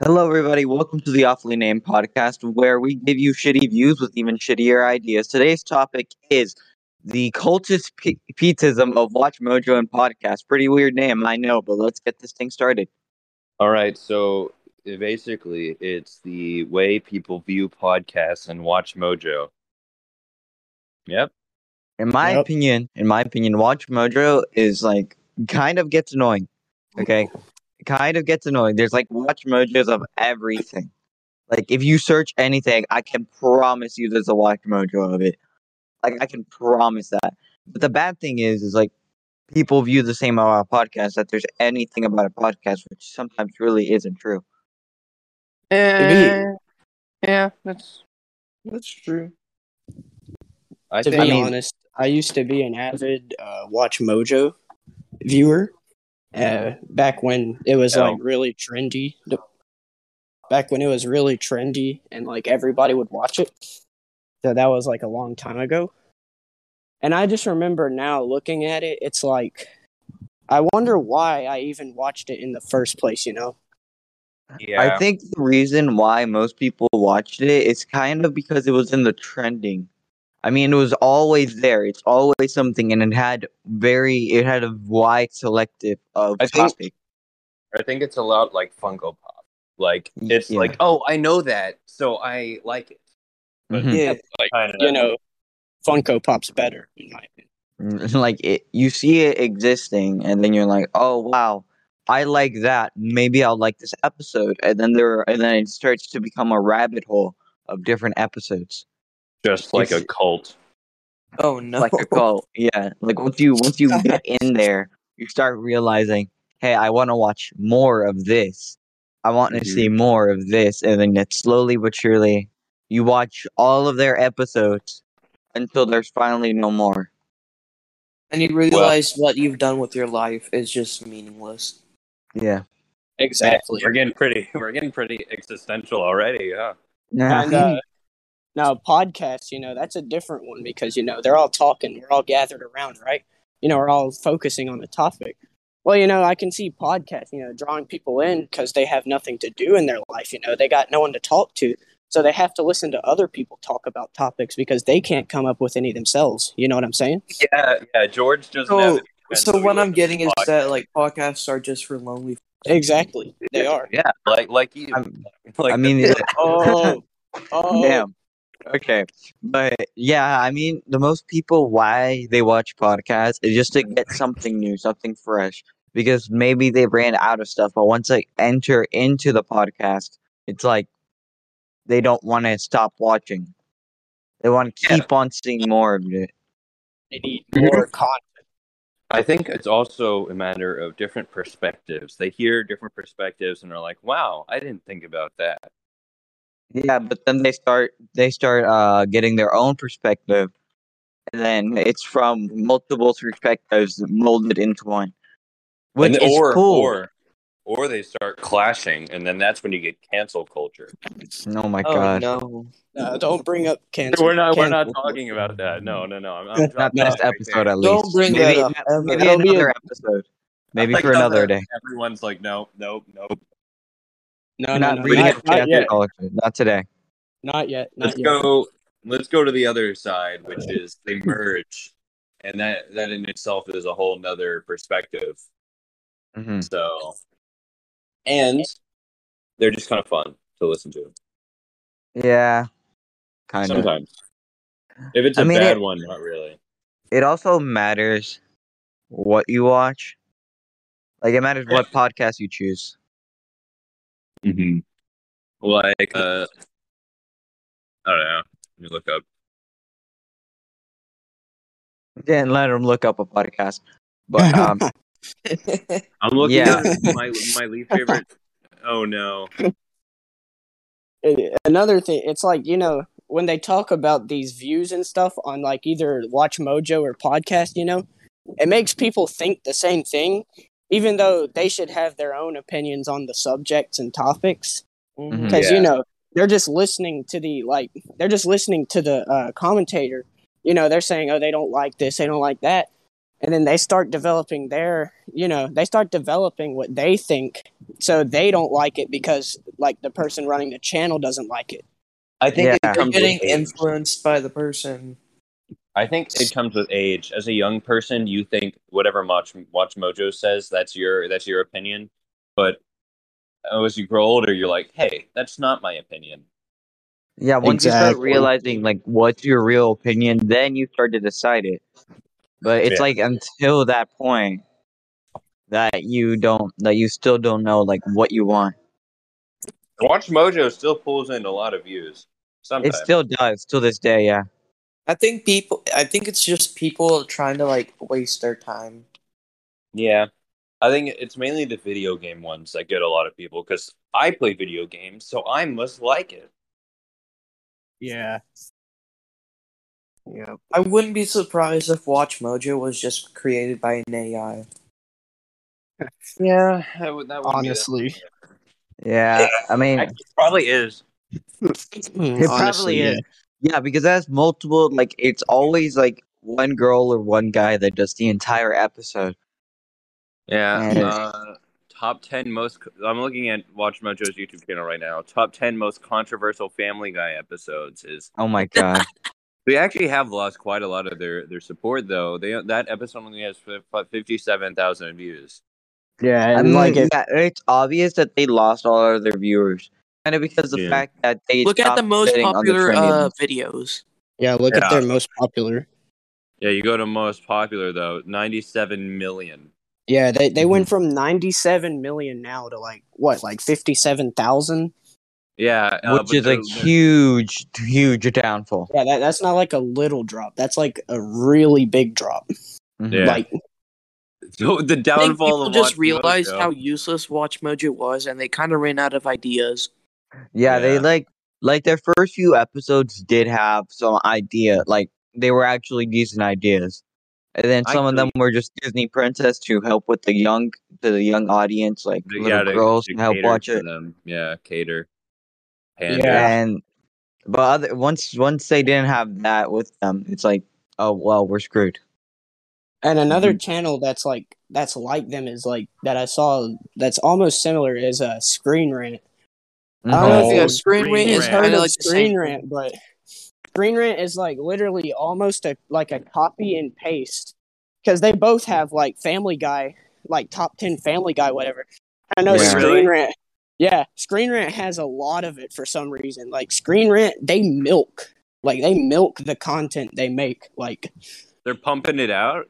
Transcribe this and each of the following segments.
Hello, everybody. Welcome to the Awfully Named podcast, where we give you shitty views with even shittier ideas. Today's topic is the cultist p- pietism of Watch Mojo and podcast. Pretty weird name, I know, but let's get this thing started. All right, so uh, basically, it's the way people view podcasts and watch Mojo. Yep. In my Yep. opinion, in my opinion, Watch Mojo is like kind of gets annoying. Okay, kind of gets annoying. There's like Watch Mojos of everything. Like if you search anything, I can promise you there's a Watch Mojo of it. Like I can promise that. But the bad thing is, is like people view the same about a podcast that there's anything about a podcast, which sometimes really isn't true. Eh, yeah, that's. That's true. I to be think. mean- honest, I used to be an avid uh, Watch Mojo viewer uh, back when it was Oh. like really trendy. The- Back when it was really trendy and like everybody would watch it. So that was like a long time ago. And I just remember now looking at it, it's like, I wonder why I even watched it in the first place, you know? yeah. I think the reason why most people watched it is kind of because it was in the trending. I mean, it was always there. It's always something, and it had very, it had a wide selective of I think- topic. I think it's a lot like Funko Pop. Like Y- it's yeah. like, oh, I know that, so I like it. But Mhm. Yeah. Mm-hmm. like, I don't You know, Funko Pop's better, in my opinion. Mm, like it, you see it existing and then you're like oh wow i like that maybe i'll like this episode and then there are, and then it starts to become a rabbit hole of different episodes just like a it's- cult. Oh no! like a cult yeah like once you once you get in there you start realizing hey i want to watch more of this i want to Mhm. Mm-hmm. see more of this and then it slowly but surely you watch all of their episodes until there's finally no more and you realize what you've done with your life is just meaningless. yeah Exactly. We're getting pretty. We're getting pretty existential already. Huh? And uh, now podcasts, you know, that's a different one because you know they're all talking, we're all gathered around, right? You know, we're all focusing on the topic. Well, you know, I can see podcasts, you know, drawing people in because they have nothing to do in their life. You know, they got no one to talk to, so they have to listen to other people talk about topics because they can't come up with any themselves. You know what I'm saying? Yeah. Yeah. George doesn't. So- have any So friends, what we I'm listen getting to is podcasts. that like podcasts are just for lonely. Exactly, they are. yeah like like you. I'm- like i the- mean Oh, oh, Damn. Okay. But yeah, I mean, the most people why they watch podcasts is just to get something new, something fresh, because maybe they ran out of stuff. But once they enter into the podcast, it's like they don't want to stop watching. They want to Yeah. keep on seeing more of it. they need more content. I think it's also a matter of different perspectives. They hear different perspectives and are like, "Wow, I didn't think about that." Yeah, but then they start they start uh getting their own perspective, and then it's from multiple perspectives molded into one, which And- is or, cool. or or they start clashing, and then that's when you get cancel culture. Oh my oh god. no! No, don't bring up cancer. We're not we're not Cancel. talking about that. No, no, no. I'm, I'm Not dropping Not this that right episode, there. at least. Don't bring maybe, that up. ever. Maybe That'll be another episode. Maybe Like, for another day. Everyone's like, "Nope, nope, nope." No, no, not no, bringing not, up not cancel yet. culture. Not today. Not yet. Not Let's yet. go. Let's go to the other side, which is they merge, and that that in itself is a whole nother perspective. Mm-hmm. hmm So, and they're just kind of fun to listen to. Yeah. Kind of. Sometimes. If it's a I mean, bad it- one, not really. It also matters what you watch. Like, it matters what podcast you choose. Mm-hmm. Like, uh, I don't know. Let me look up. Yeah, and let them look up a podcast. But um, I'm looking Yeah. at my, my least favorite. Oh, no. And Another thing, it's like you know when they talk about these views and stuff on like either Watch Mojo or podcast, you know, it makes people think the same thing, even though they should have their own opinions on the subjects and topics. Mhm. Because Yeah. you know they're just listening to the like they're just listening to the uh, commentator. You know they're saying, oh, they don't like this, they don't like that, and then they start developing their, you know, they start developing what they think so they don't like it because like the person running the channel doesn't like it. I think Yeah. it You're comes with getting age. influenced by the person. I think it comes with age. As a young person, you think whatever Watch, Watch Mojo says, that's your that's your opinion. But oh, as you grow older, you're like, hey, that's not my opinion. Yeah, once you start Exactly. realizing like what's your real opinion, then you start to decide it. But it's Yeah. like until that point that you don't that you still don't know like what you want. Watch Mojo still pulls in a lot of views. It Sometimes still does till this day, yeah. I think people. I think it's just people trying to like waste their time. Yeah. I think it's mainly the video game ones that get a lot of people because I play video games, so I must like it. Yeah. Yeah. I wouldn't be surprised if Watch Mojo was just created by an AI. Yeah, that would, that would Honestly, Yeah. I be mean it. Actually, it probably is. It probably is. Yeah, because that's multiple. Like, it's always like one girl or one guy that does the entire episode. Yeah. Yeah. Uh, top 10 most. I'm looking at Watch Mojo's YouTube channel right now. Top 10 most controversial Family Guy episodes is. Oh my god. They actually have lost quite a lot of their, their support, though. They That episode only has fif- 57,000 views. yeah, I and mean, like if yeah, it's obvious that they lost all of their viewers, kind of because the Yeah. fact that they Look at the stopped most bidding on the popular trending uh, ones. videos. yeah, look Yeah. at their most popular. Yeah, you go to most popular, though, 97 million. Yeah, they they Mhm. went from 97 million now to like what, like 57,000? Yeah, uh, which but is a they're- they're- huge, huge downfall. Yeah, that, that's not like a little drop. That's like a really big drop. Mhm. Yeah. Like So the I think downfall people of just Watch realized Mojo- how useless Watch Mojo was, and they kind of ran out of ideas. yeah, they Yeah. like like their first few episodes did have some idea, like they were actually decent ideas, and then some of them were just Disney princess to help with the young to the young audience, like they little gotta- girls they to help cater watch to it, them. Yeah, cater. And Yeah. and but other, once once they didn't have that with them, it's like oh well, we're screwed. And another Mhm. channel that's like that's like them is like that I saw that's almost similar is a uh, Screen Rant. I don't know if you Oh, guys Screen Screen Rant is Rant. kind heard of of like the Screen same. Rant, but Screen Rant is like literally almost a like a copy and paste because they both have like Family Guy, like top ten Family Guy, whatever. I know Yeah. Screen Really? Rant. Yeah, Screen Rant has a lot of it for some reason. Like Screen Rant, they milk, like they milk the content they make. Like They're pumping it out.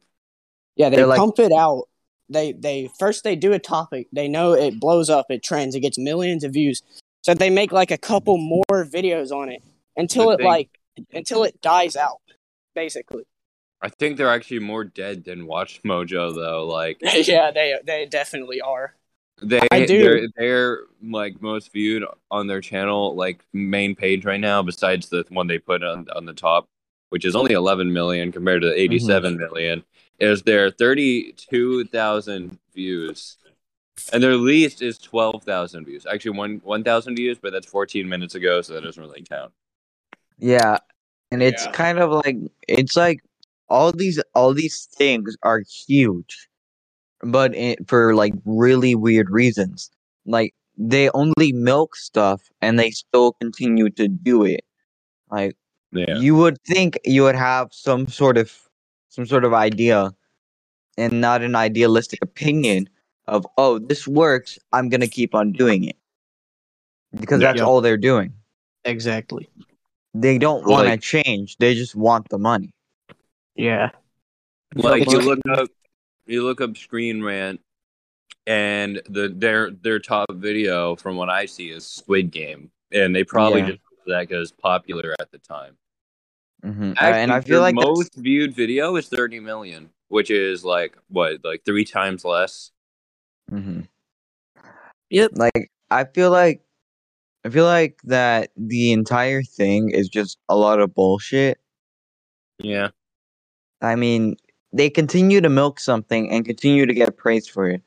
Yeah, they They're like- pump it out. They they first they do a topic. They know it blows up, it trends, it gets millions of views. So they make like a couple more videos on it until The it thing- like until it dies out, basically. I think they're actually more dead than Watch Mojo though. Like yeah, they they definitely are. they I do. They're, they're like most viewed on their channel, like main page right now, besides the one they put on on the top, which is only eleven million compared to the eighty seven Mm-hmm. million, is their thirty two thousand views. And their least is twelve thousand views. Actually one one thousand views, but that's fourteen minutes ago, so that doesn't really count. Yeah, and it's Yeah. kind of like it's like all these all these things are huge, but it, for like really weird reasons. Like they only milk stuff and they still continue to do it. Like Yeah. you would think you would have some sort of some sort of idea and not an idealistic opinion of oh this works I'm gonna keep on doing it because Yeah. that's Yep. all they're doing. Exactly. They don't want Like- to change. They just want the money. Yeah. Like It's you okay. look up, you look up Screen Rant, and the their their top video from what I see is Squid Game, and they probably Yeah. just put that because popular at the time. hmm Actually, and I feel their like that's- most viewed video is thirty million, which is like what like three times less. Mhm. Yep. like I feel like I feel like that the entire thing is just a lot of bullshit. Yeah, I mean, they continue to milk something and continue to get praise for it,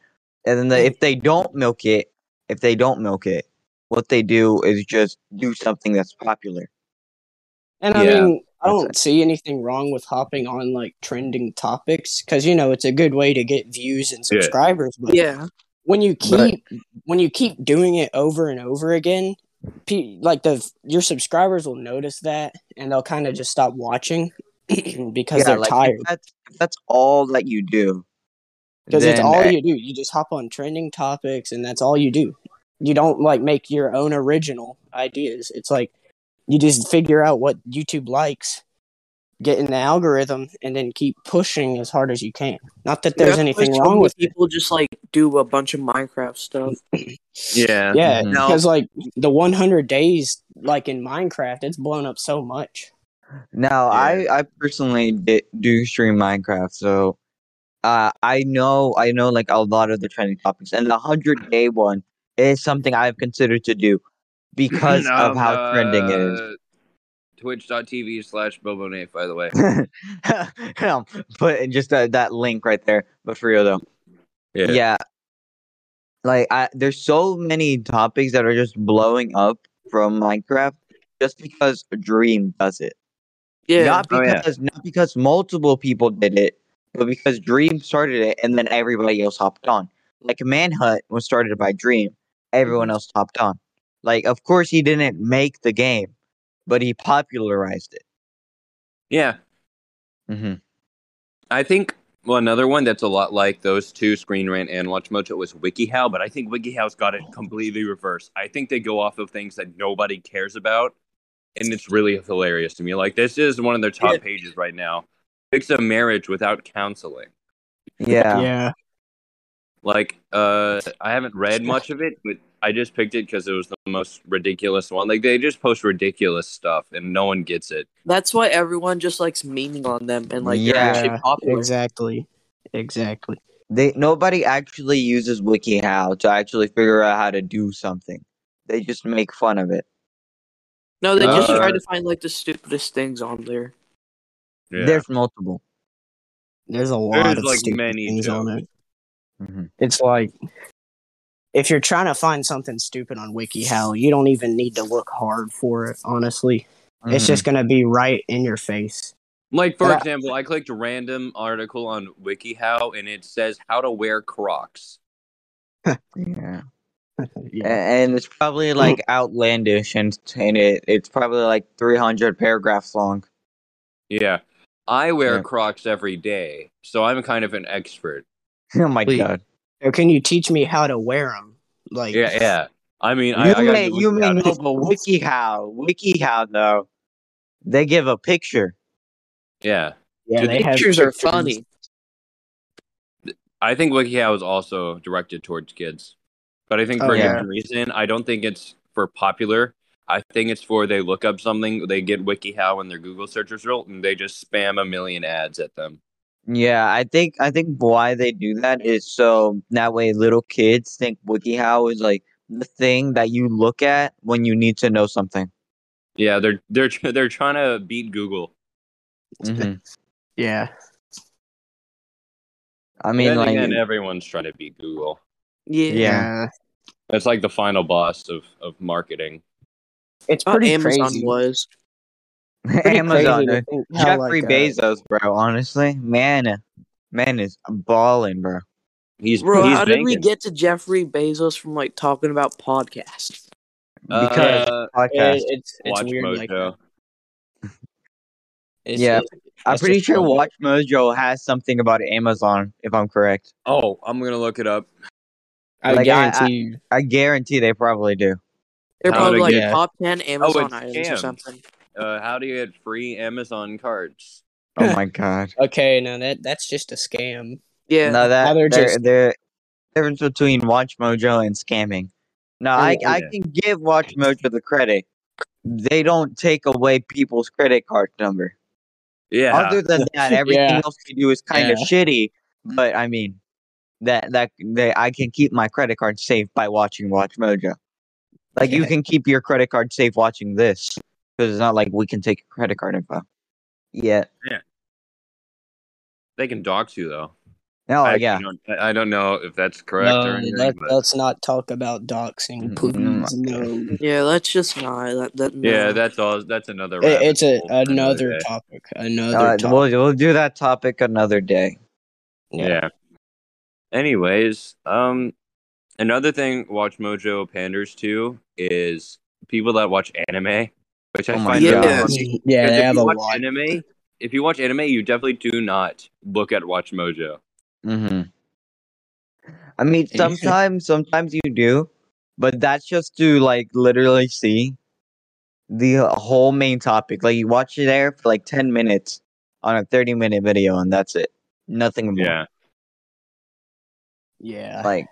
and then the, Mm. if they don't milk it, if they don't milk it, what they do is just do something that's popular. And I Yeah, mean, I that's don't see anything wrong with hopping on like trending topics because you know it's a good way to get views and Yeah. subscribers. But Yeah. when you But- keep when you keep doing it over and over again pe- like the your subscribers will notice that and they'll kind of just stop watching because they're like, if tired That's, if that's all that you do. because it's then all I- you do you just hop on trending topics and that's all you do you don't like make your own original ideas it's like you just figure out what youtube likes get in the algorithm and then keep pushing as hard as you can not that there's That's anything why so wrong many with it people just like do a bunch of Minecraft stuff. Yeah. yeah Mhm. No. because like the 100 days like in minecraft it's blown up so much Now, Yeah. I I personally di- do stream Minecraft, so uh, I know I know like a lot of the trending topics, and the hundred day one is something I've considered to do because of Um, how trending it is. uh, Twitch.tv slash Bobonate, by the way. Um, but it just uh, that link right there, but for real though, yeah. Like I, there's so many topics that are just blowing up from Minecraft just because Dream does it. Yeah, Not Oh, yeah. because not because multiple people did it, but because Dream started it and then everybody else hopped on. Like Manhunt was started by Dream. Mm-hmm. Everyone else hopped on. Like of course he didn't make the game, but he popularized it. Yeah. Mm-hmm. I think well, another one that's a lot like those two, Screen Rant and Watch Mojo, was WikiHow, but I think WikiHow's got it completely reversed. I think they go off of things that nobody cares about, and it's really hilarious to me. Like, this is one of their top pages right now. Fix a marriage without counseling. Yeah. yeah Like, uh, I haven't read much of it, but I just picked it because it was the most ridiculous one. Like, they just post ridiculous stuff, and no one gets it. that's why everyone just likes memeing on them and like they're Yeah, actually popular. exactly exactly They nobody actually uses WikiHow to actually figure out how to do something. They just make fun of it. No, they just Uh, try to find like the stupidest things on there. Yeah. There's multiple. there's a lot There's, of like, stupid many things on it Mhm. Mm-hmm. it's like if you're trying to find something stupid on wikihow you don't even need to look hard for it honestly it's Mhm. just gonna be right in your face Like for Yeah. example, I clicked a random article on WikiHow and it says how to wear Crocs. yeah. A- yeah. and it's probably like outlandish and, and it it's probably like 300 paragraphs long Yeah. I wear Yeah. Crocs every day, so I'm kind of an expert. oh my Wait. god or can you teach me how to wear them like Yeah, yeah. I mean, I, you I gotta may do you may WikiHow. know but wikihow wikihow though they give a picture Yeah, yeah, Dude, they have Pictures are funny. I think WikiHow is also directed towards kids, but I think Oh, for yeah. a different reason. I don't think it's for popular. I think it's for they look up something, they get WikiHow in their Google search result, and they just spam a million ads at them. yeah i think i think why they do that is so that way little kids think wikihow is like the thing that you look at when you need to know something Yeah, they're they're tr- they're trying to beat Google. Mm-hmm. yeah i mean then like again, everyone's trying to beat Google. Yeah. Yeah. That's like the final boss of, of marketing. it's Not pretty Amazon crazy was. Pretty amazon crazy to uh, think how, jeffrey like, uh, bezos bro honestly man uh, man is balling bro He's Bro, he's how did we banking. get to Jeffrey Bezos from like talking about podcasts? Uh, because podcast. it- it's, it's Watch weird. Like, Mojo. it's- Yeah. it's- I'm it's pretty just sure funny. Watch Mojo has something about Amazon, if I'm correct. oh, I'm gonna look it up. I like, I- guarantee I- you. I guarantee they probably do. They're How probably to like get- top ten Amazon it's items or scams. something. Uh, how do you get free Amazon cards? Oh my god. Okay, now that that's just a scam. Yeah. No, that Now they're they're there, just- there- difference between Watch Mojo and scamming. No, I Oh, I yeah. can give Watch Mojo the credit. They don't take away people's credit card number. Yeah, Other than that, everything Yeah. else they do is kind of Yeah. shitty. But I mean, that that they, I can keep my credit card safe by watching Watch Mojo. Like you can keep your credit card safe watching this because it's not like we can take your credit card info. Yeah. they can dox you though. No. I actually yeah. don't, I don't know if that's correct or Oh, No, anything. let, but- us not talk about doxing, Mm, please. mm, No, Yeah, let's just not. That, that, no. yeah, that's all. That's another. It- rabbit it's a hole for another another day. topic. Another Uh, topic. we'll we'll do that topic another day. Yeah. Anyways, um, Another thing Watch Mojo panders to is people that watch anime, which I Oh my find God. really Yeah. funny. Yeah, Because they if have you a watch lot. anime, if you watch anime, you definitely do not look at Watch Mojo. hmm I mean, should- sometimes, sometimes you do, but that's just to like literally see the whole main topic. Like you watch it there for like ten minutes on a thirty-minute video, and that's it. Nothing more. Yeah. Yeah. Like,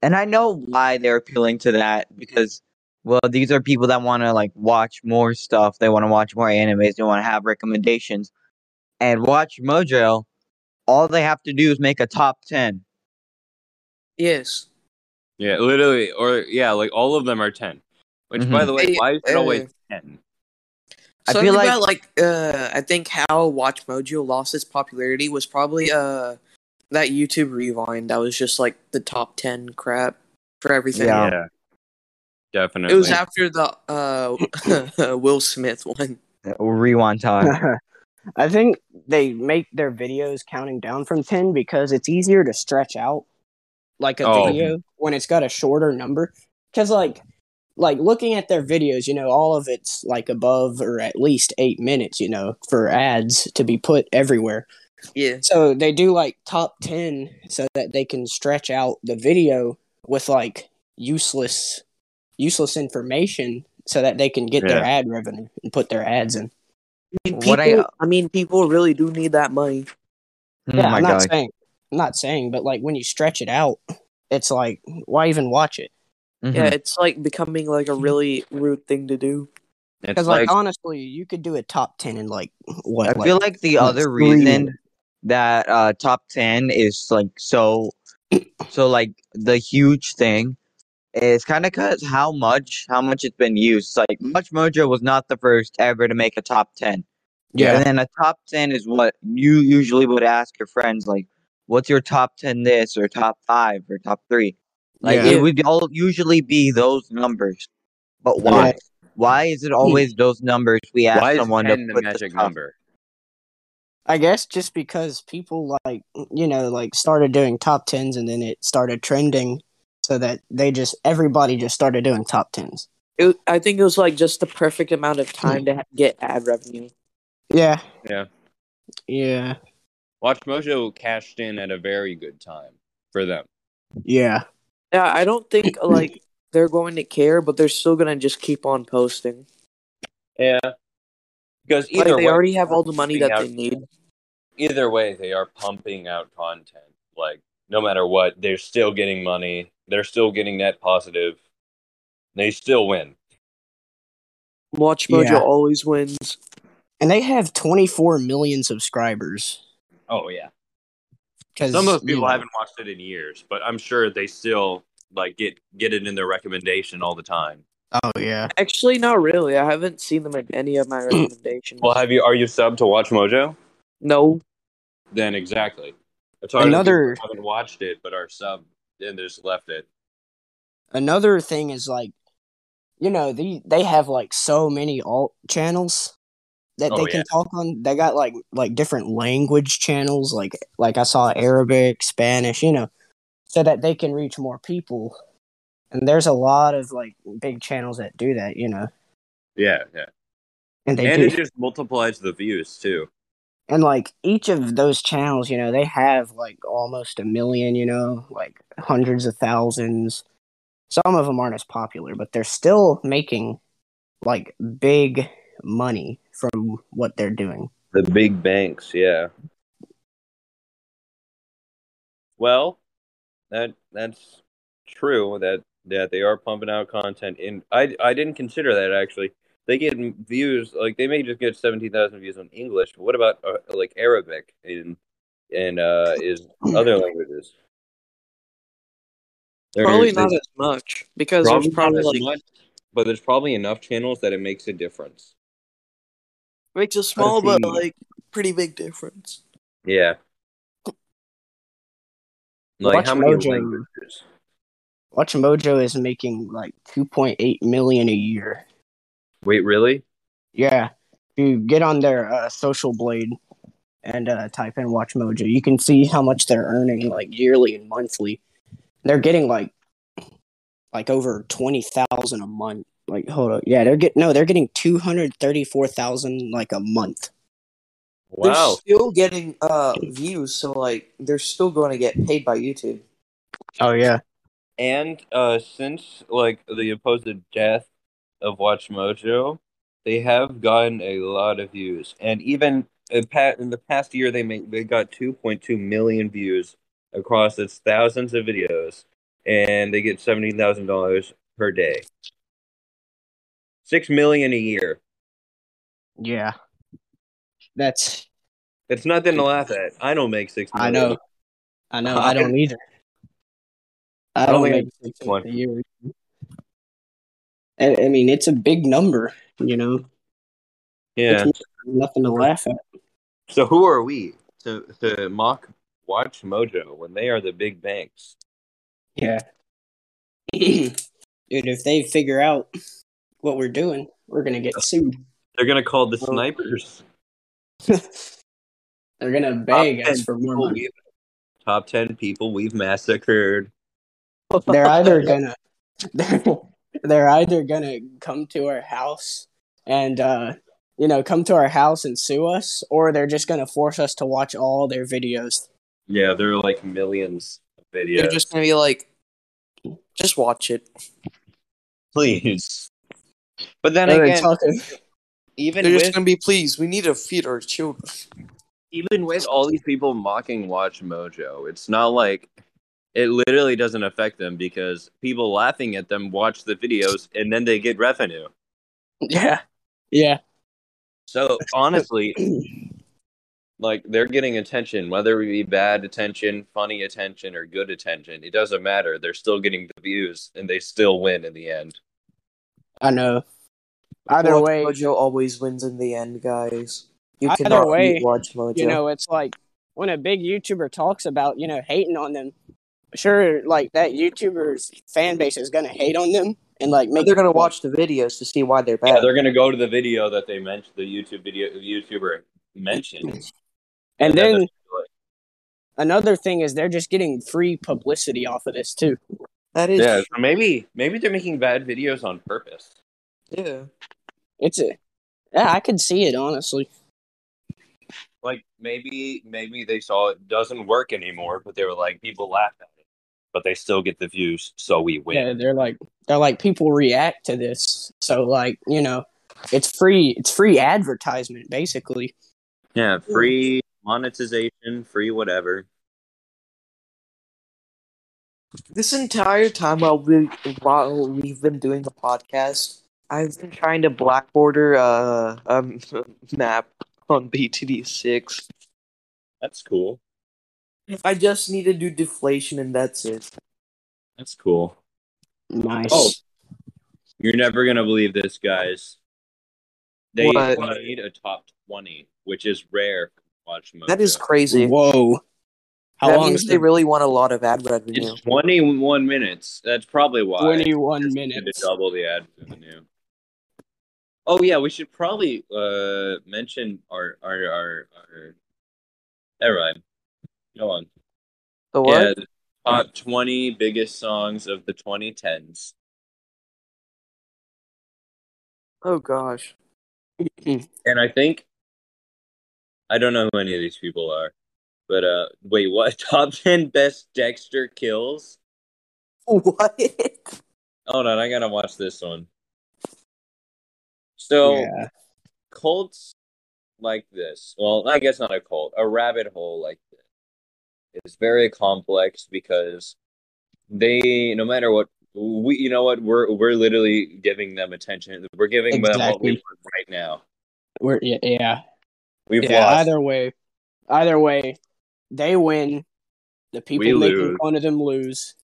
and I know why they're appealing to that because, well, these are people that want to like watch more stuff. They want to watch more animes. They want to have recommendations. And watch Mojo, all they have to do is make a top ten. Yes. Yeah, literally. Or, yeah, like all of them are 10. Which, by Mhm. the way, Hey, why is it uh, always 10? I Something feel like- about like uh, I think how Watch Mojo lost its popularity was probably uh that YouTube Rewind that was just like the top ten crap for everything. Yeah. Yeah. Definitely. It was after the uh Will Smith one. Rewind time. I think they make their videos counting down from 10 because it's easier to stretch out like a Oh. video when it's got a shorter number cuz like like looking at their videos, you know, all of it's like above or at least 8 minutes, you know, for ads to be put everywhere. Yeah. So they do like top 10 so that they can stretch out the video with like useless useless information so that they can get their ad revenue and put their ads in. I mean, people, What I- I, mean, people really do need that money. Oh Yeah, my I'm not god. saying I'm not saying, but like when you stretch it out, it's like why even watch it? Mhm. Yeah, it's like becoming like a really rude thing to do. It's Because like, like, honestly, you could do a top ten in like what? I like, feel like the like other three reason minutes. that uh top 10 is like so so like the huge thing is kind of cuz how much how much it's been used. Like Much Mojo was not the first ever to make a top 10. And then a top 10 is what you usually would ask your friends like what's your top 10 this or top 5 or top 3. Like Yeah. it would all usually be those numbers. But why? Yeah. Why is it always those numbers we ask why is someone 10 to the put magic top number? I guess just because people like you know like started doing top tens and then it started trending, so that they just everybody just started doing top tens. It, was- I think it was like just the perfect amount of time to ha- get ad revenue. Yeah, Yeah. yeah, Watch Mojo cashed in at a very good time for them. yeah. Yeah, I don't think like they're going to care, but they're still gonna just keep on posting. Yeah. Because Like, either they way, already have all the money that out- they need. either way, they are pumping out content. Like no matter what, they're still getting money. They're still getting net positive. They still win. Watch Mojo Yeah. always wins. And they have twenty four million subscribers. Oh yeah. 'cause, Some of those you people know, haven't watched it in years, but I'm sure they still like get get it in their recommendation all the time. Oh yeah, Actually, not really. I haven't seen them in any of my recommendations. Well, have you are you sub to Watch Mojo? No. Then exactly. It's hard Another- Another haven't watched it but are sub and just left it. another thing is like you know they they have like so many alt channels that Oh, they can talk on they got like like different language channels like like i saw arabic spanish you know so that they can reach more people and there's a lot of like big channels that do that you know Yeah, yeah. and they and do it just multiplies the views too. and like each of those channels you know they have like almost a million you know like hundreds of thousands some of them aren't as popular but they're still making like big money from what they're doing The big banks, yeah. Well, that that's true that that they are pumping out content in I I didn't consider that actually. They get m- views like they may just get 17,000 views on English. But what about uh, like Arabic and and uh is other languages? There Probably is- not as much because there's probably not as like much, but there's probably enough channels that it makes a difference. makes a small but see. like pretty big difference. Yeah. Like Watch how many Mojo. languages? watch mojo is making like 2.8 million a year Wait, really? yeah if you get on their uh, social blade and uh, type in watch mojo you can see how much they're earning like yearly and monthly they're getting like like over twenty thousand a month. Like hold on, yeah, they're getting no, they're getting two hundred thirty four thousand like a month. Wow. They're still getting uh views, so like they're still going to get paid by YouTube. Oh yeah, And uh, since like the supposed death of Watch Mojo, they have gotten a lot of views, and even in, pa- in the past year, they made they got two point two million views across its thousands of videos, and they get seventy thousand dollars per day, six million a year. yeah. That's That's nothing to laugh at. I don't make six I million. know, I know. I don't either. I don't don't think I make can sense one. a year. I, I mean, it's a big number, you know. Yeah. It's nothing to laugh at. So who are we to to mock Watch Mojo when they are the big banks? Yeah. Dude, if they figure out what we're doing, we're gonna get sued. They're gonna call the snipers. They're gonna beg Top us for more people money. we've- Top ten people we've massacred. They're either gonna they're, they're either gonna come to our house and uh you know, come to our house and sue us, or they're just gonna force us to watch all their videos. Yeah, there are like millions of videos. They're just gonna be like, just watch it. please. But then They're again, talking- even They're just with gonna be pleased. We need to feed our children. even with all these people mocking Watch Mojo, it's not like it literally doesn't affect them because people laughing at them watch the videos and then they get revenue. yeah. Yeah. So honestly, like they're getting attention, whether it be bad attention, funny attention, or good attention, it doesn't matter. They're still getting the views and they still win in the end. I know. Either Watch way, Mojo always wins in the end, guys. You Either cannot way, beat Watch Mojo. you know it's like when a big youtuber talks about you know hating on them sure like that youtuber's fan base is gonna hate on them and like make they're gonna watch the videos to see why they're bad. Yeah, they're gonna go to the video that they mentioned, the YouTube video, YouTuber mentioned. and Yeah, then that's really- another thing is they're just getting free publicity off of this too that is Yeah, so maybe maybe they're making bad videos on purpose. yeah. it's a yeah i could see it honestly Like maybe maybe they saw it doesn't work anymore, but they were like people laugh at it, but they still get the views, so we win. yeah they're like they're like people react to this so like you know it's free it's free advertisement basically Yeah, free monetization, free whatever. This entire time while we while we've been doing the podcast, I've been trying to black border uh um map on BTD six. That's cool. I just need to do deflation and that's it. That's cool. nice Oh. You're never gonna believe this, guys. They What? made a top twenty, which is rare. for Watch That is Mojo. crazy. whoa how that long means is they the really want a lot of ad revenue. It's 21 minutes. That's probably why. 21 It's minutes To double the ad revenue. Oh yeah, we should probably uh mention our our our. our... Never mind. Go on. The what? Yeah, the top 20 biggest songs of the 2010s. Oh gosh. And I think I don't know who any of these people are, but uh, wait, what? Top 10 best Dexter kills? What? Hold on, I gotta watch this one. So. yeah cults like this well i guess not a cult a rabbit hole like this is very complex because they no matter what we you know what we're we're literally giving them attention we're giving them what we Exactly. want right now we're yeah, yeah. we've yeah, lost either way, either way, they win. The people We making lose. fun of them lose.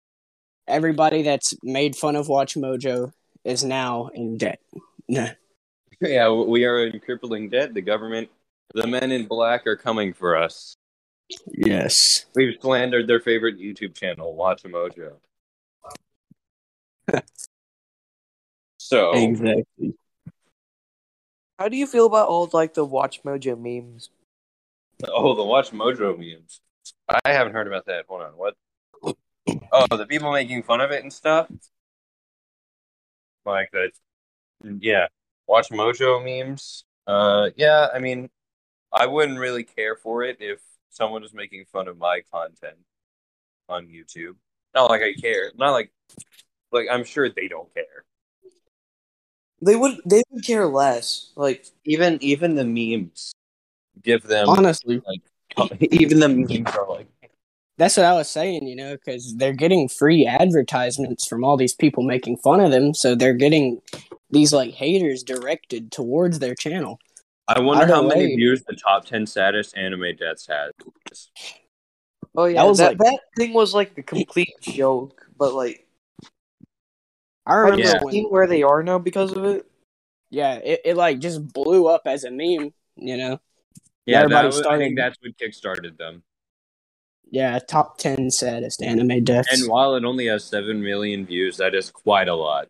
Everybody that's made fun of Watch Mojo is now in debt. yeah we are in crippling debt the government the men in black are coming for us Yes. we've slandered their favorite youtube channel watch mojo so Exactly. How do you feel about all like the Watch Mojo memes? Oh, the Watch Mojo memes. I haven't heard about that. Hold on, what? Oh, the people making fun of it and stuff. like that. Yeah, watch Mojo memes. Uh, yeah, I mean, I wouldn't really care for it if someone was making fun of my content on YouTube. Not like I care. Not like like I'm sure they don't care. They would they would care less. Like Even even the memes give them Honestly, even the memes are like that's what I was saying, you know, because they're getting free advertisements from all these people making fun of them, so they're getting these like haters directed towards their channel. I wonder Either how many way- views the top ten saddest anime deaths had. oh yeah, That that was that, like- thing was like the complete joke, but like I I remember Yeah. remember when, seeing where they are now because of it. yeah, it, it like just blew up as a meme, you know. Yeah, Everybody that was, I started- think that's what kickstarted them. Yeah, top ten saddest anime deaths. And while it only has seven million views, that is quite a lot.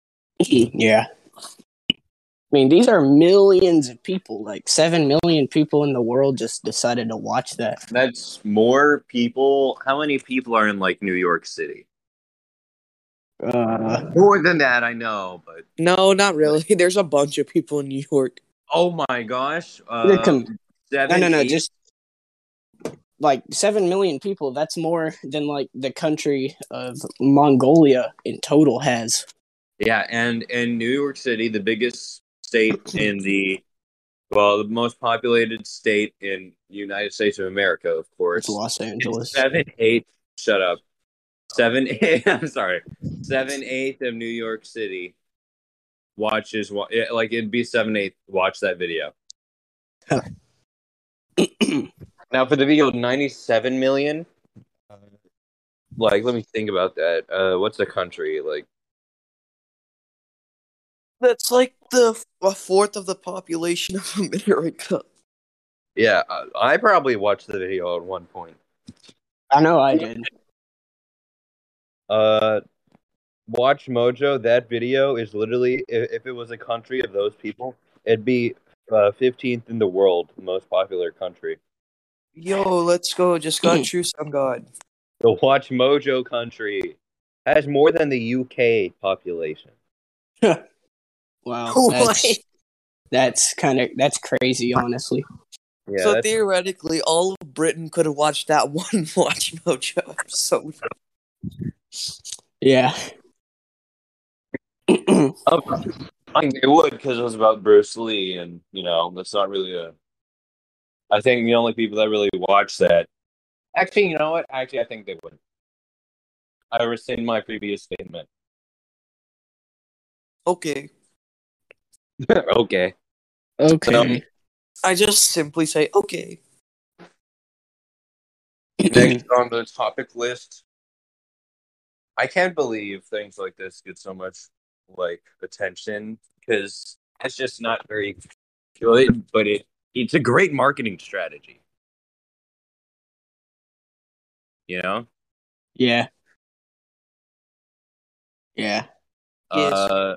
yeah. I mean, these are millions of people. Like seven million people in the world just decided to watch that. That's more people. How many people are in like New York City? Uh, More than that, I know, but No, not really. There's a bunch of people in New York. oh my gosh, uh, the com- no, seven, no, no, eight- just like seven million people. That's more than like the country of Mongolia in total has. yeah, and in New York City, the biggest state in the well, the most populated state in the United States of America, of It's course. Los Angeles. Seven eighth. Shut up. Seven. Eight, I'm sorry. Seven eighth of New York City watches. wa- yeah, Like it'd be seven eighth. Watch that video. now for the video, ninety seven million. Like, let me think about that. Uh, what's the country like? That's like the f- a fourth of the population of America. Yeah, uh, I probably watched the video at one point. I know I did. Uh, watch Mojo. That video is literally if, if it was a country of those people, it'd be uh, fifteenth in the world, most popular country. Yo, let's go. Just got Hmm. true some god. The Watch Mojo country has more than the UK population. Wow, Oh, What? that's that's kind of that's crazy, honestly. Yeah, so that's- theoretically, all of Britain could have watched that one Watch Mojo episode. Yeah. Oh, I think they would because it was about Bruce Lee, and you know that's not really a. I think the only people that really watch that. Actually, you know what? Actually, I think they would. I rescind my previous statement. Okay, okay. okay. Um, I just simply say okay. Next on the topic list, I can't believe things like this get so much like attention because it's just not very good, but it it's a great marketing strategy. You know, yeah. Yeah. Yes. uh,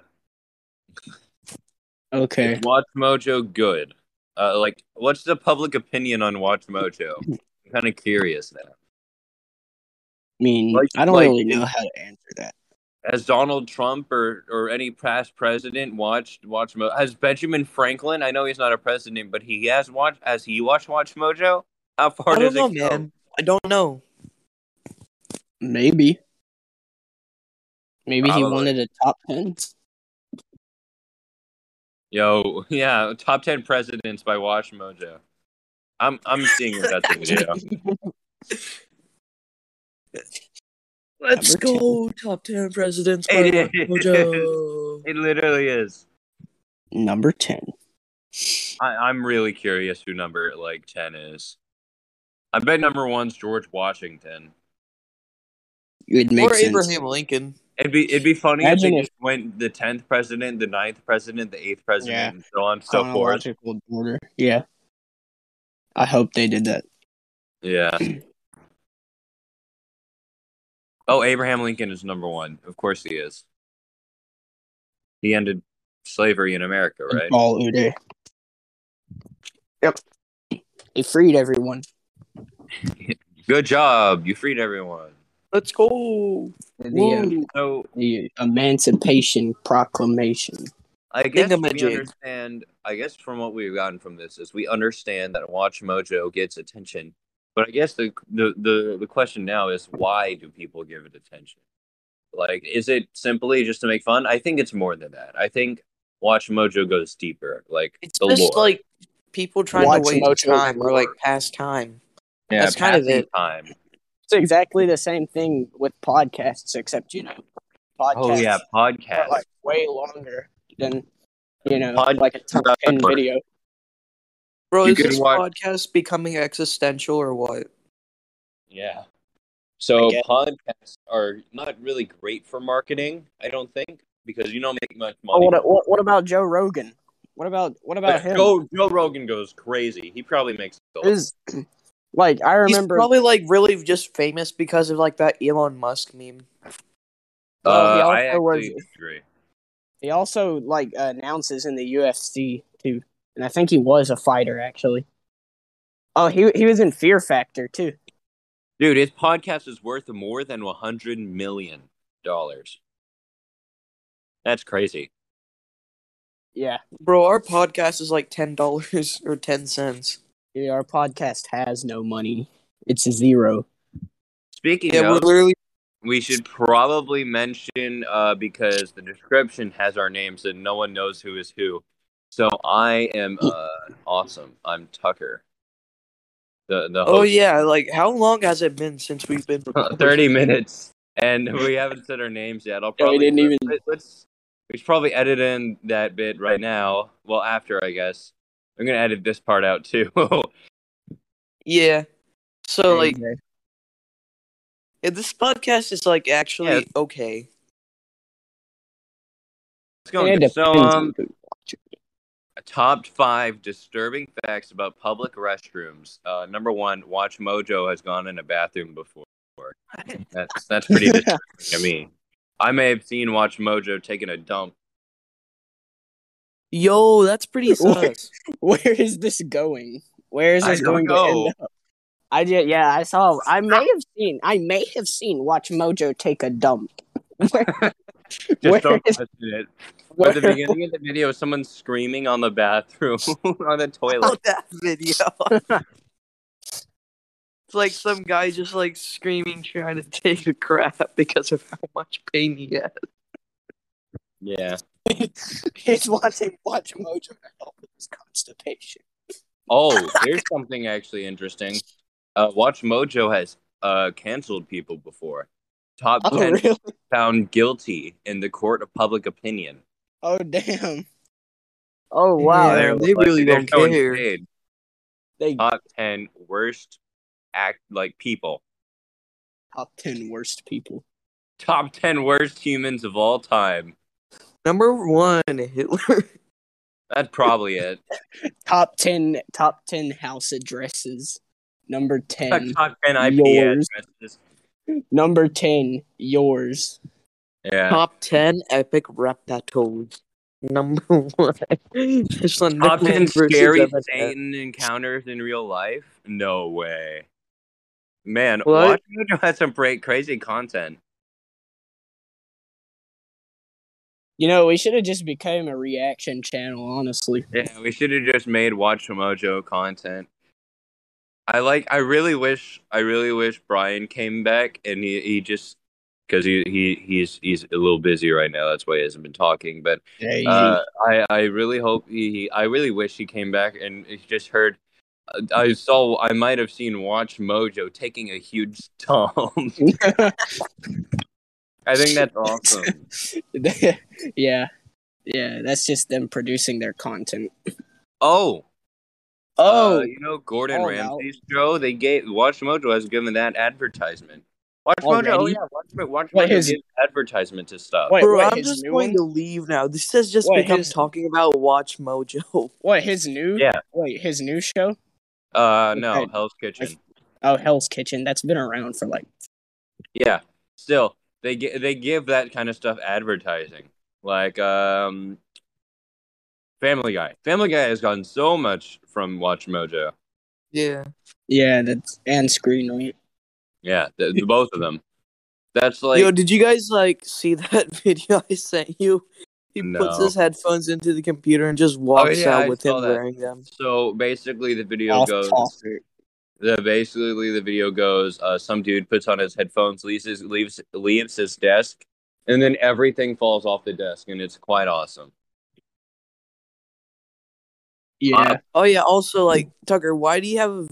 Okay. is Watch Mojo good? Uh, like, what's the public opinion on Watch Mojo? I'm kind of curious now. I mean, Like- I don't like- really know how to answer that. Has Donald Trump or, or any past president watched Watch Mo? Has Benjamin Franklin? I know he's not a president, but he has watched. Has he watched Watch Mojo? How far I don't does know, it go? man. I don't know. Maybe. Maybe Probably. he wanted a top ten. Yo, yeah, top ten presidents by Watch Mojo. I'm I'm seeing if that's a video. Let's Number go, top ten presidents by It is. Watch Mojo. It literally is. Number ten. I, I'm really curious who number like ten is. I bet number one's George Washington. It Or makes sense. Abraham Lincoln. It'd be it'd be funny Imagine if they if- just went the tenth president, the ninth president, the eighth president, Yeah. and so on and so forth. Chronological order. Yeah. I hope they did that. Yeah. Oh, Abraham Lincoln is number one. Of course he is. He ended slavery in America, right? All Uday. Yep. He freed everyone. Good job. You freed everyone. Let's go. Whoa. The, So uh, The Emancipation Proclamation. I guess we Thingamajig. understand. I guess from what we've gotten from this is we understand that Watch Mojo gets attention, but I guess the the the, the question now is why do people give it attention? Like, is it simply just to make fun? I think it's more than that. I think Watch Mojo goes deeper. Like It's the just lore. like people trying Watch to Mojo waste time or like lore. pass time. yeah, that's kind of passing it. Time. It's exactly the same thing with podcasts, except you know, podcasts Oh yeah, are podcast. like way longer than you know, Podcasts like a top are ten longer. video. Bro, You is could this watch- podcast becoming existential or what? Yeah. So I guess. podcasts are not really great for marketing, I don't think, because you don't make much Oh, money. what, what what about Joe Rogan? What about what about But him? Joe, Joe Rogan goes crazy. He probably makes a lot. Is like I remember. He's probably like really just famous because of like that Elon Musk meme. well, he Uh, also I actually was- agree. He also like announces in the UFC too, and I think he was a fighter actually. Oh, he he was in Fear Factor too. Dude, his podcast is worth more than one hundred million dollars. That's crazy. Yeah, Bro, our podcast is like ten dollars or ten cents. yeah, our podcast has no money. It's zero. Speaking Yeah, we're of, literally we should probably mention uh, because the description has our names and no one knows who is who. So I am uh, awesome. I'm Tucker. The the Oh host. yeah, like how long has it been since we've been Uh, recording? 30 minutes and we haven't said our names yet i'll Yeah, we probably didn't even- let- let's we should probably edit in that bit right now well after i guess i'm gonna edit this part out too Yeah. So like Okay. if this podcast is like actually Yeah. okay. Let's go and It get- so depends um on who- top five disturbing facts about public restrooms uh number one watch mojo has gone in a bathroom before that's that's pretty disturbing to me i may have seen watch mojo taking a dump Yo, that's pretty What? sus. Where is this going? Where is I this don't going know. to end up? I just, yeah, I saw. I may have seen. I may have seen. Watch Mojo take a dump. Where, just Where don't is- question it where- At the beginning of the video, someone's screaming on the bathroom, on the Oh, toilet. that video. it's like some guy just like screaming trying to take a crap because of how much pain he had. Yeah. he's watching Watch Mojo to help with his constipation. Oh, here's something actually interesting. Uh, Watch Mojo has uh, canceled people before. Top Oh, 10 really? found guilty in the court of public opinion. Oh damn. Oh wow. Yeah, They're they like- really they're don't going care. paid. They Top 10 worst act like people. top ten worst people. Top 10 worst humans of all time. Number one, Hitler. That's probably it. Top ten top ten house addresses. Number ten. Top 10 IP Yours. addresses. Number ten, yours. Yeah. Top ten epic rap battles. Number one. Just on Top Nicki 10 versus scary Eminem. Satan encounters in real life? No way. Man, What? Watch Mojo has some great, crazy content. You know, we should have just become a reaction channel, honestly. Yeah, we should have just made Watch Mojo content. I like. I really wish. I really wish Brian came back, and he, he just because he, he he's he's a little busy right now. That's why he hasn't been talking. But uh, I I really hope he, he. I really wish he came back and he just heard. uh, I saw. I might have seen Watch Mojo taking a huge dump. I think that's awesome. yeah. Yeah, that's just them producing their content. Oh, Oh, uh, you know Gordon Oh, no. Ramsay's show. They gave Watch Mojo has given that advertisement. Watch Mojo, oh Already? yeah, Watch, Mo- Watch Wait, Mojo his- gives advertisement to stuff. Wait, Bro, wait, I'm his just new going one? to leave now. This has just Wait, become his- talking about Watch Mojo. what his new? Yeah. Wait, his new show? Uh, no, Okay. Hell's Kitchen. Oh, Hell's Kitchen. That's been around for like. Yeah, still they gi- they give that kind of stuff advertising. Like um, Family Guy. Family Guy has gotten so much from Watch Mojo. Yeah. Yeah, that's and Screen Rant. Yeah, the, the both of them. That's like Yo, did you guys like see that video I sent you? He puts No. Oh, his headphones into the computer and just walks yeah, out I with saw him that. wearing them. so basically the video Off goes topic. the basically the video goes uh, some dude puts on his headphones leaves his, leaves leaves his desk and then everything falls off the desk and it's quite awesome Yeah. Uh, Oh yeah, also like Tucker, why do you have a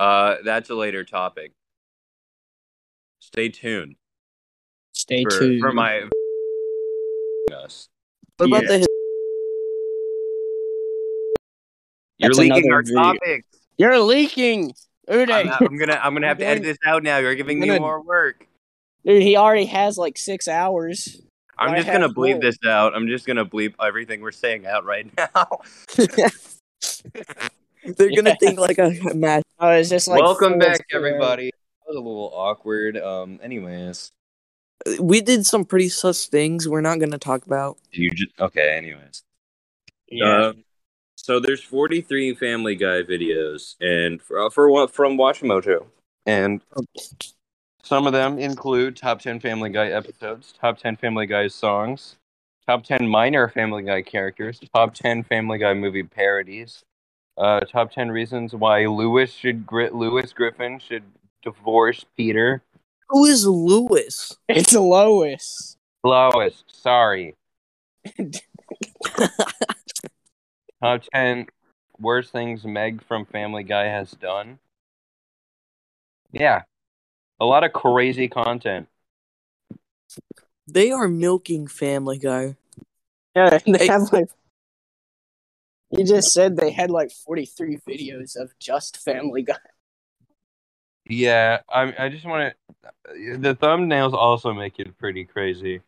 uh that's a later topic stay tuned Stay for, tuned. for my us what about Yeah. the his- you're That's leaking another our video. topics You're leaking. Uday. I'm, I'm gonna i'm gonna have to edit this out now you're giving me Gonna- more work Dude, he already has like six hours. i'm I just gonna have bleep more. this out i'm just gonna bleep everything we're saying out right now they're gonna Yeah. think like a match. Oh, is this like uh, welcome full back scale? everybody that was a little awkward um anyways We did some pretty sus things we're not gonna talk about. You just okay. Anyways, Yeah. Um, so there's 43 Family Guy videos, and for, for what from Watch Mojo, and some of them include top 10 Family Guy episodes, top 10 Family Guy songs, top 10 minor Family Guy characters, top 10 Family Guy movie parodies, uh, top 10 reasons why Lewis should grit Lewis Griffin should divorce Peter. Who is Lewis? it's Lois. Lois, sorry. Top 10 worst things Meg from Family Guy has done. Yeah. A lot of crazy content. They are milking Family Guy. Yeah, they Hey. have like. You just said they had like 43 videos of just Family Guy. Yeah, I I just want to. The thumbnails also make it pretty crazy.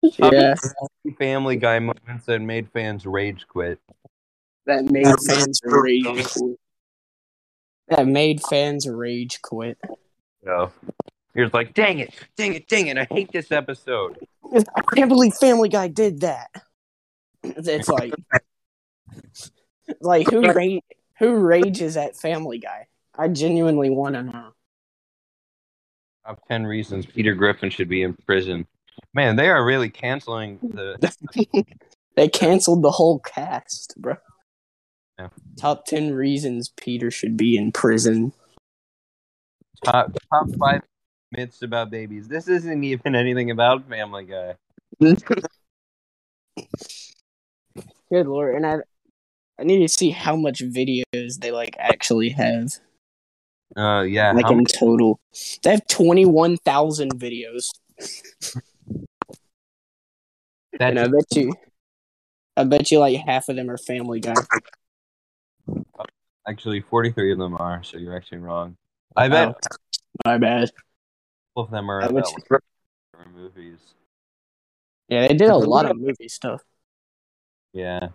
Yeah, Family Guy moments that made fans rage quit. that made fans rage quit. That made fans rage quit. So you're just like, dang it, dang it, dang it! I hate this episode. I can't believe Family Guy did that. It's like, like who ra- who rages at Family Guy? I genuinely want to know. Top ten reasons Peter Griffin should be in prison. Man, they are really canceling the. They canceled the whole cast, bro. Yeah. Top ten reasons Peter should be in prison. top top five myths about babies. This isn't even anything about Family Guy. Good lord, and I I need to see how much videos they like actually have, Uh, yeah. like how in many- total. They have twenty one thousand videos, that's- and I bet you, I bet you like half of them are Family Guy. actually, forty three of them are. So you're actually wrong. I bet Oh, My bad. all of them are I about bet like, different movies. Yeah, they did a lot of movie stuff. Yeah.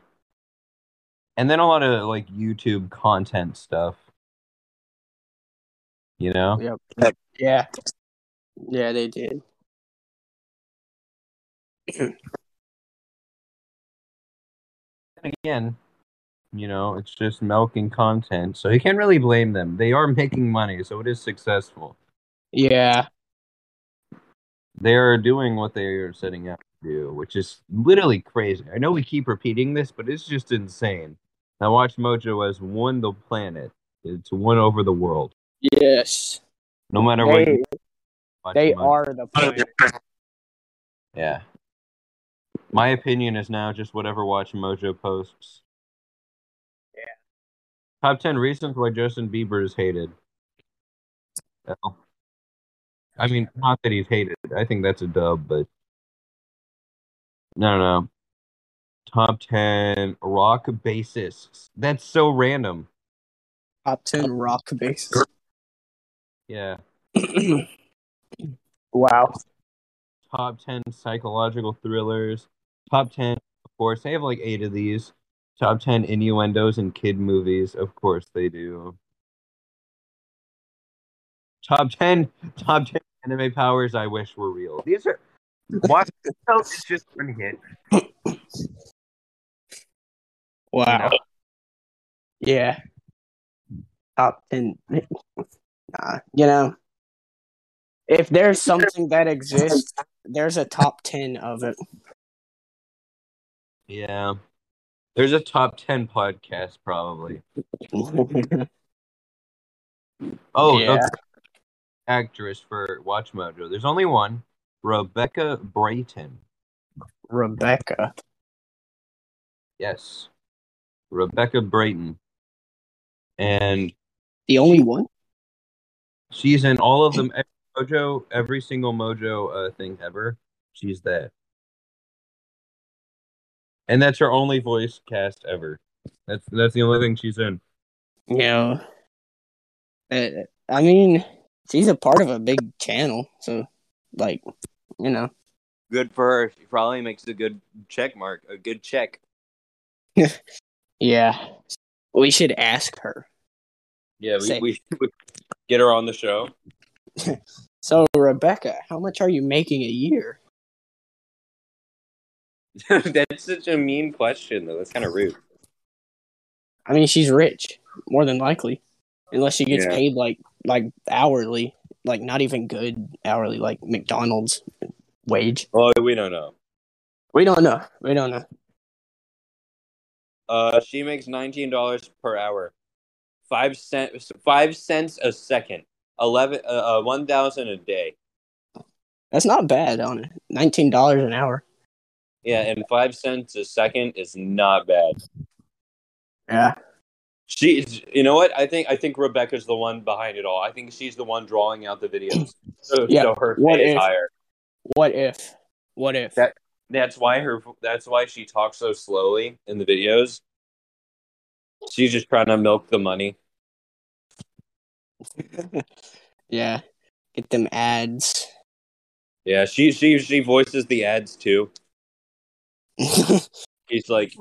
And then a lot of like YouTube content stuff. You know, Yep. Yeah. Yeah, they did. and again, you know, it's just milking content, so you can't really blame them. They are making money, so it is successful. Yeah. they're doing what they are setting out to do, which is literally crazy. I know we keep repeating this, but it's just insane. Now, Watch Mojo has won the planet. It's won over the world. Yes. No matter what, They, you watch they Mojo- are the planet. Yeah. My opinion is now just whatever Watch Mojo posts. Yeah. Top ten reasons why Justin Bieber is hated. Well, I mean, not that he's hated. I think that's a dub, but no, no. Top ten rock bassists. That's so random. Top ten rock bass. Yeah. wow. Top ten psychological thrillers. Top ten, of course. They have like eight of these. Top ten innuendos in kid movies. Of course they do. Top ten. Top ten anime powers I wish were real. These are. Watch it's just one hit. Wow. Yeah. Top ten. Nah, you know, if there's something that exists, there's a top ten of it. Yeah. There's a top 10 podcast, probably. Oh, Yeah. the actress for Watch Mojo. There's only one Rebecca Brayton. Rebecca. Yes. Rebecca Brayton. And The only one? She's in all of them. Every Mojo, every single Mojo uh, thing ever. She's that. And that's her only voice cast ever. That's that's the only thing she's in. Yeah. Uh, I mean, she's a part of a big channel, so like, you know. Good for her. She probably makes a good check mark, a good check. Yeah. We should ask her. Yeah, we, Say- we should get her on the show. So, Rebecca, how much are you making a year? that's such a mean question, though. That's kind of rude. I mean, she's rich, more than likely, unless she gets Yeah. paid like like hourly, like not even good hourly, like McDonald's wage. Well, we don't know. We don't know. We don't know. Uh, she makes nineteen dollars per hour, five cents five cents a second, eleven uh, uh one thousand a day. That's not bad on it. Nineteen dollars an hour. Yeah, and five cents a second is not bad. Yeah. She's, you know what? I think I think Rebecca's the one behind it all. I think she's the one drawing out the videos. So, Yeah, so her what pay is if- higher. What if? What if? That- That's why her. That's why she talks so slowly in the videos. She's just trying to milk the money. yeah. Get them ads. Yeah, she she she voices the ads too. He's like,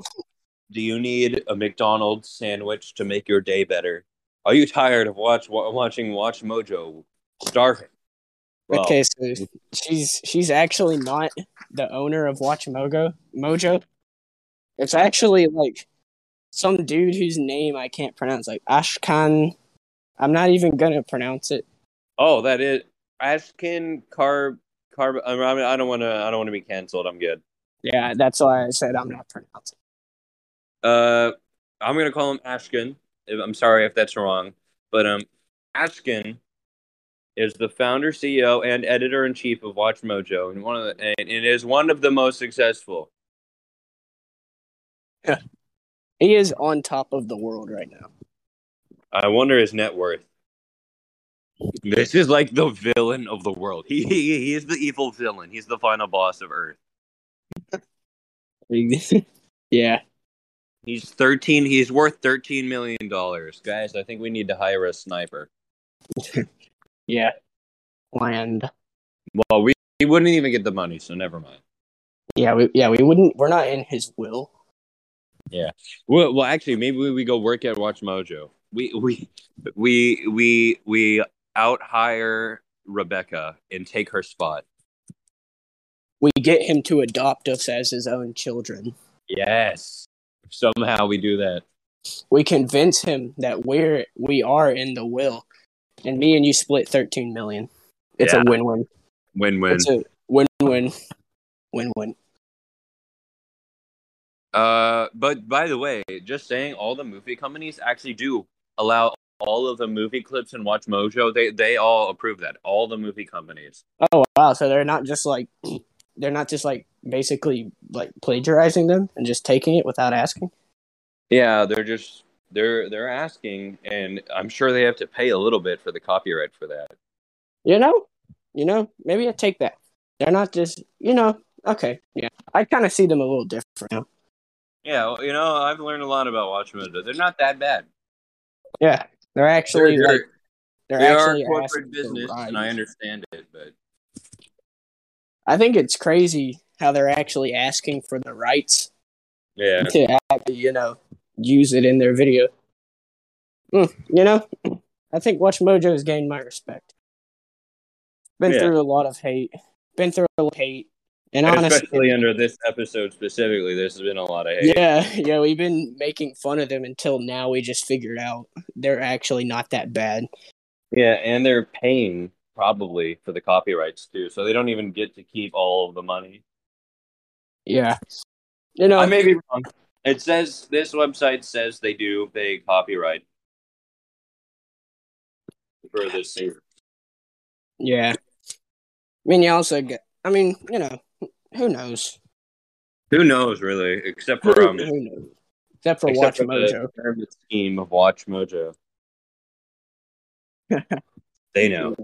"Do you need a McDonald's sandwich to make your day better? Are you tired of watch wa- watching Watch Mojo? Starving." Well, okay, so she's she's actually not the owner of Watch Mojo. Mojo. It's actually like some dude whose name I can't pronounce, like Ashkan. I'm not even gonna pronounce it. Oh, that is Ashkin Carb Carb. I, mean, I don't want to. I don't want to be canceled. I'm good. Yeah, that's why I said I'm not pronouncing. Uh, I'm gonna call him Ashkin. If- I'm sorry if that's wrong, but um, Ashkin is the founder, CEO, and editor in chief of Watch Mojo, and one of the, and it is one of the most successful. it. He is on top of the world right now. I wonder his net worth. This is like the villain of the world. He he, he is the evil villain. He's the final boss of Earth. yeah. He's thirteen. He's worth thirteen million dollars, guys. I think we need to hire a sniper. Yeah. Land. Well, we he wouldn't even get the money, so never mind. Yeah, we yeah, we wouldn't we're not in his will. Well, well, actually, maybe we, we go work at Watch Mojo. We we we we we out hire Rebecca and take her spot. We get him to adopt us as his own children. Yes. Somehow we do that. We convince him that we're we are in the will. And me and you split thirteen million. It's Yeah. a win win. Win win. It's a win win. Win win. Uh, but by the way, just saying, all the movie companies actually do allow all of the movie clips in Watch Mojo. They they all approve that. All the movie companies. Oh wow, so they're not just like they're not just like basically like plagiarizing them and just taking it without asking. Yeah, they're just they're they're asking, and I'm sure they have to pay a little bit for the copyright for that. You know, you know, maybe I take that. They're not just, you know, okay, yeah. I kind of see them a little different. Now. Yeah, well, you know, I've learned a lot about Watch Mojo. They're not that bad. Yeah, they're They're, actually they're, like, they're they are actually a corporate asking for business, and I rights. understand it, but I think it's crazy how they're actually asking for the rights yeah, to, act- you know, use it in their video. Mm, you know, I think Watch Mojo has gained my respect. Been Yeah. through a lot of hate. Been through a lot of hate, and honestly, especially under this episode specifically, there's been a lot of hate. Yeah, yeah, we've been making fun of them until now we just figured out they're actually not that bad. Yeah, and they're paying probably for the copyrights too, so they don't even get to keep all of the money. Yeah. You know, I may be wrong. It says this website says they do pay copyright for this singer. yeah. I mean, you also get, I mean, you know, who knows? Who knows, really? Except Who, for um, who knows? Except for except Watch for Mojo. the pyramid scheme of Watch Mojo. they know.